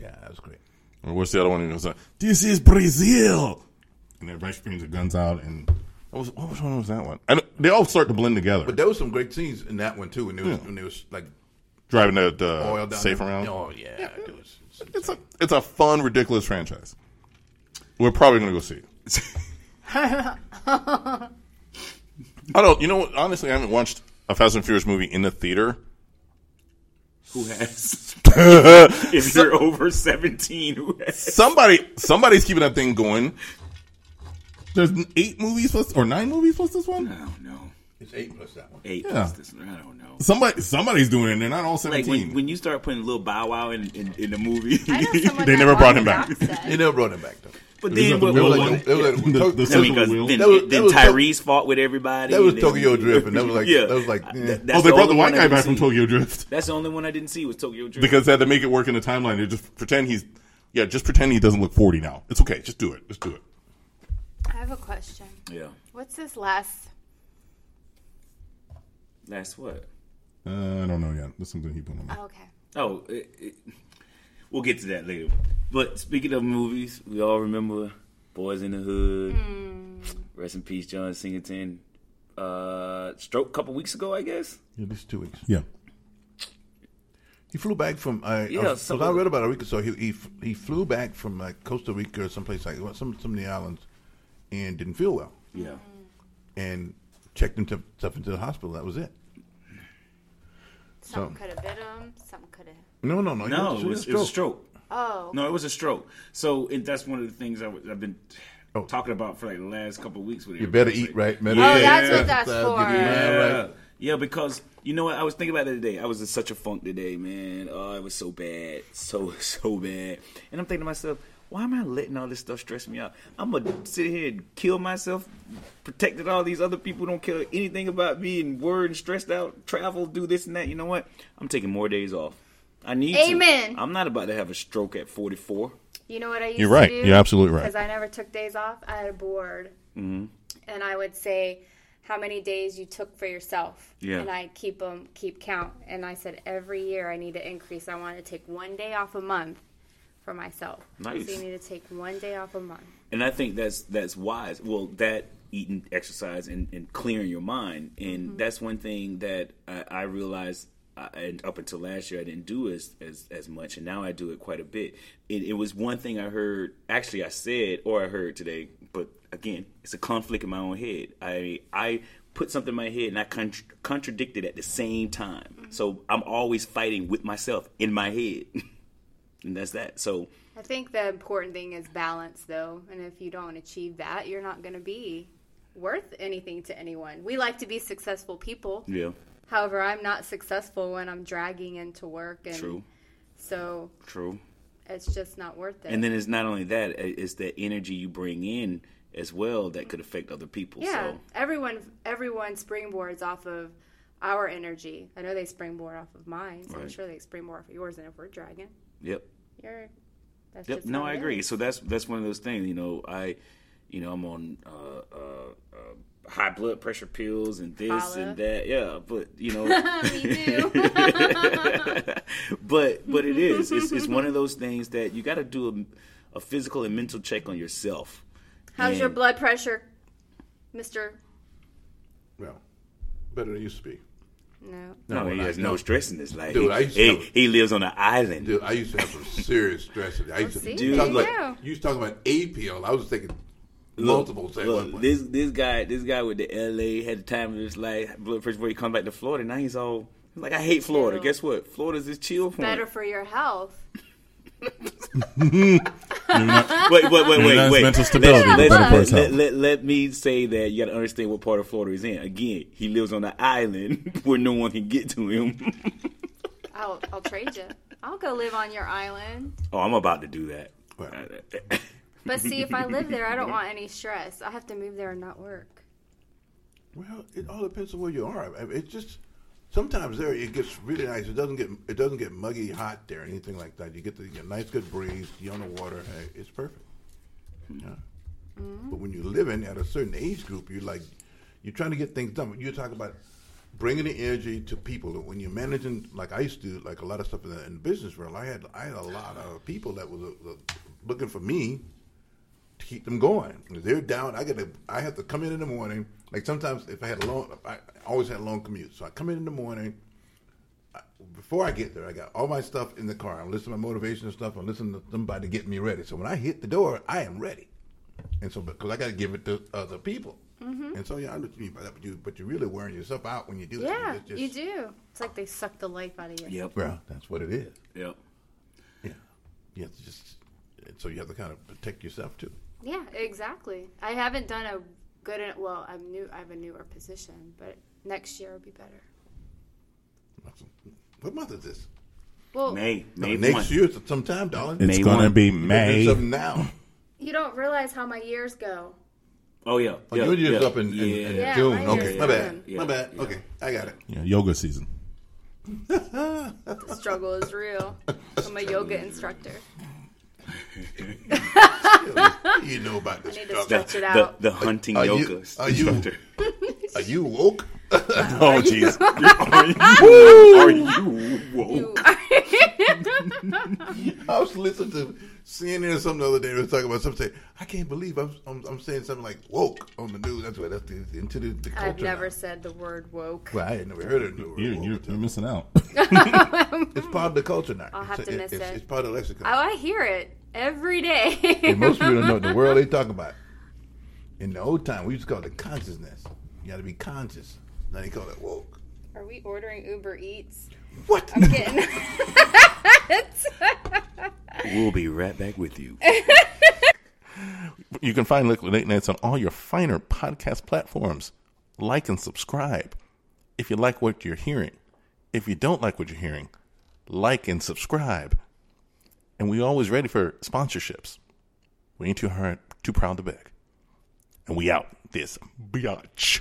S2: yeah, that was great."
S4: or oh, what's the other one? It goes like, "This is Brazil," and everybody screams their guns out, and what was what was- what was that one? I don't- they all start to blend together.
S2: But there was some great scenes in that one too. When it was when it was like
S4: driving the, the
S2: oil down
S4: safe
S2: there.
S4: around.
S2: Oh yeah, it was.
S4: It's a it's a fun, ridiculous franchise. We're probably gonna go see it. I don't. You know what? Honestly, I haven't watched a Fast and Furious movie in the theater.
S3: Who has? if you're over 17, who has?
S4: Somebody, somebody's keeping that thing going. There's eight movies plus or nine movies plus this one.
S3: I don't know.
S2: It's eight plus that one.
S3: Eight
S4: Yeah.
S3: plus this. I don't know.
S4: Somebody, somebody's doing it. and They're not all
S3: Like
S4: seventeen. Oh,
S3: when, when you start putting little Bow Wow in, in, in the movie,
S5: I know someone
S4: They
S5: that
S4: never brought
S5: walked
S4: him back.
S5: the
S2: They
S5: dock set.
S2: never brought him back though.
S3: but
S4: Is
S3: then
S4: that the
S3: what,
S4: real
S3: what,
S4: one?
S2: It was like-
S4: The-
S2: Tok-
S4: the
S2: Tok-
S3: I mean, 'cause
S4: Will.
S3: then,
S2: That was-
S3: then
S2: that was Tok-
S3: Tyrese fought with everybody.
S2: That was
S3: then-
S2: Tokyo Drift, and that was like that was like.
S3: I-
S2: eh.
S3: that- that's
S4: oh, they brought
S3: only
S4: the
S3: one
S4: white
S3: I
S4: guy
S3: didn't
S4: back from
S3: see.
S4: Tokyo Drift
S3: That's the only one I didn't see was Tokyo Drift.
S4: because they had to make it work in the timeline. They just pretend he's yeah, just pretend he doesn't look forty now. It's okay. Just do it. Just do it.
S5: I have a question.
S3: yeah,
S5: What's this last?
S3: that's what.
S4: Uh, I don't know yet. That's something he put on.
S5: Oh, okay.
S3: Oh, it, it, we'll get to that later. But speaking of movies, we all remember Boys in the Hood.
S4: Hmm.
S3: Rest in peace, John Singleton. Uh, stroke a couple weeks ago, I guess.
S2: Yeah, this is two weeks.
S4: Yeah.
S2: He flew back from I
S3: Yeah,
S2: yeah, I, was-
S3: so-
S2: 'cause I read about Rica. So he, he he flew back from like Costa Rica or someplace like well, some some of the islands, and didn't feel well,
S3: Yeah.
S2: and checked himself stuff into the hospital. That was it.
S5: Something
S2: So-
S5: could have bit him. Something could have.
S2: No, no, no. he
S3: No,
S2: had
S3: it was, it was a stroke.
S5: Oh.
S3: No, it was a stroke. So it, that's one of the things I w- I've been
S2: Oh.
S3: talking about for like the last couple of weeks. With
S2: You better
S3: everybody.
S2: eat right.
S3: Like,
S5: Oh,
S2: meditate,
S5: that's what that's
S2: exercise, get
S5: for.
S2: your mind
S3: Yeah.
S2: right.
S3: Yeah, because you know what? I was thinking about it today. I was in such a funk today, man. Oh, it was so bad. So, so bad. And I'm thinking to myself, why am I letting all this stuff stress me out? I'm going to sit here and kill myself, protected all these other people who don't care anything about me and worried and stressed out, travel, do this and that. You know what? I'm taking more days off. I need to.
S5: Amen.
S3: I'm not about to have a stroke at 44.
S5: You know what I used
S4: You're right.
S5: to do?
S4: You're absolutely right.
S5: Because I never took days off. I had a board.
S3: Mm-hmm.
S5: And I would say how many days you took for yourself.
S3: Yeah.
S5: And I keep them, keep count. And I said every year I need to increase. I want to take one day off a month for myself.
S3: Nice.
S5: So you need to take one day off a month.
S3: and I think that's that's wise. Well, that eating, exercise, and, and clearing your mind, and that's one thing that I, I realized. I, and up until last year, I didn't do as, as as much, and now I do it quite a bit. It, it was one thing I heard, actually, I said or I heard today, but again, it's a conflict in my own head. I I put something in my head and I contr contradicted at the same time, so I'm always fighting with myself in my head, and that's that. So
S5: I think the important thing is balance, though. And if you don't achieve that, you're not going to be worth anything to anyone. We like to be successful people.
S3: yeah,
S5: However, I'm not successful when I'm dragging into work. And
S3: true,
S5: So
S3: true.
S5: it's just not worth it.
S3: And then it's not only that; i- it's the energy you bring in as well that could affect other people.
S5: yeah,
S3: So
S5: everyone everyone springboards off of our energy. I know they springboard off of mine, so I'm
S3: Right.
S5: sure they springboard off of yours. And if we're dragging,
S3: yep,
S5: you're that's
S3: yep.
S5: just
S3: No,
S5: how
S3: I
S5: it
S3: agree.
S5: is.
S3: So that's that's one of those things. You know, I, you know, I'm on uh, uh, uh, high blood pressure pills and this
S5: Holla.
S3: and that. Yeah, but you know.
S5: Me too.
S3: but but it is it's, it's one of those things that you got to do a, a physical and mental check on yourself
S5: How's your
S3: And-
S5: blood pressure, Mister?
S2: Well, better than it used to be.
S5: No.
S3: no, he
S2: I-
S3: has no,
S2: no.
S3: stress in his life
S2: Dude, I
S3: he,
S2: used to
S3: he,
S2: have-
S3: he lives on an island
S2: Dude, I used to have some serious stress. I used
S5: see,
S2: to
S5: Dude.
S2: talking
S5: there you
S2: about,
S5: go.
S2: you was talking about APL. I was taking
S3: Look,
S2: multiples at
S3: look,
S2: one point.
S3: This this guy this guy with the LA had the time of his life. Blood pressure. Where he come back to Florida, now he's all he's like, I hate Florida.
S5: Chill.
S3: Guess what? Florida's his chill point.
S5: Better for your health.
S3: Wait, wait, wait, wait,
S4: that's
S3: wait.
S4: mental stability,
S3: Let,
S5: better for
S3: let,
S4: his health.
S3: let, let, let me say that you got to understand what part of Florida he's in. Again, he lives on an island where no one can get to him.
S5: I'll I'll trade you. I'll go live on your island.
S3: oh, I'm about to do that.
S2: Well.
S5: But see, if I live there, I don't want any stress. I have to move there and not work.
S2: Well, it all depends on where you are. I mean, it's just sometimes there it gets really nice. It doesn't get it doesn't get muggy hot there, or anything like that. You get the you get a nice good breeze. You on the water. Hey, it's perfect. Yeah. But when you're living at a certain age group, you're like you're trying to get things done. You're talking about bringing the energy to people. When you're managing, like I used to, do, like a lot of stuff in the, in the business world, I had I had a lot of people that was uh, uh, looking for me to keep them going. If they're down, I gotta I have to come in in the morning. Like sometimes if I had a long, I always had a long commute, so I come in in the morning. I, before I get there, I got all my stuff in the car. I'm listening to my motivational stuff. I'm listening to somebody getting me ready. So when I hit the door, I am ready. And so, because I got to give it to other people,
S5: Mm-hmm.
S2: and so yeah, I know what you mean by that. But you, but you're really wearing yourself out when you do that.
S5: Yeah,
S2: It's just-
S5: you do. It's like they suck the life out of you.
S3: Yep.
S2: Well, that's what it is.
S3: Yep.
S2: Yeah, you have to just. and So you have to kind of protect yourself too.
S5: Yeah, exactly. I haven't done a good. en- Well, I'm new. I have a newer position, but next year will be better.
S2: What month is this?
S5: Well,
S3: May, May
S2: Next
S3: one.
S2: year, sometime, darling.
S4: It's
S3: May
S4: gonna
S3: one.
S4: be
S2: Do
S4: May.
S2: something now.
S5: you don't realize how my years go.
S3: Oh yeah,
S2: Oh,
S3: yeah,
S2: your year's
S3: yeah,
S2: up in, in, in
S5: Yeah,
S2: June.
S5: my
S2: okay,
S5: year's
S2: my bad.
S5: done.
S2: My bad. Okay, I got it.
S4: Yeah, yoga season.
S5: The struggle is real. I'm a yoga instructor.
S2: What do you know about this
S5: need to
S2: struggle?
S5: stretch.
S3: the,
S5: it
S3: the-
S5: out.
S3: the hunting
S2: Are you-
S3: yoga
S2: are you-
S3: instructor.
S2: Are you woke?
S4: Oh, jeez.
S3: Are you woke?
S5: You-
S2: I was listening to CNN or something the other day. They was talking about something. Say, I can't believe I'm, I'm I'm saying something like woke on the news. That's why that's the, into the, the culture.
S5: I've never
S2: Now.
S5: said the word woke.
S2: Well, I had never heard of it.
S4: You're, you're, you're missing out.
S2: It's part of the culture now.
S5: I'll have
S2: it's,
S5: to miss
S2: it's,
S5: it.
S2: It's part of the lexicon.
S5: Oh, I hear it every day.
S2: And most people don't know the world they talk about. In the old time, we used to call it consciousness. You got to be conscious. Now they call it woke.
S5: Are we ordering Uber Eats?
S2: What?
S5: Getting-
S3: We'll be right back with you.
S4: You can find Liquid Late Nights on all your finer podcast platforms. Like and subscribe. If you like what you're hearing, if you don't like what you're hearing, like and subscribe. And we always ready for sponsorships. We ain't too hard, too proud to beg. And we out this biatch.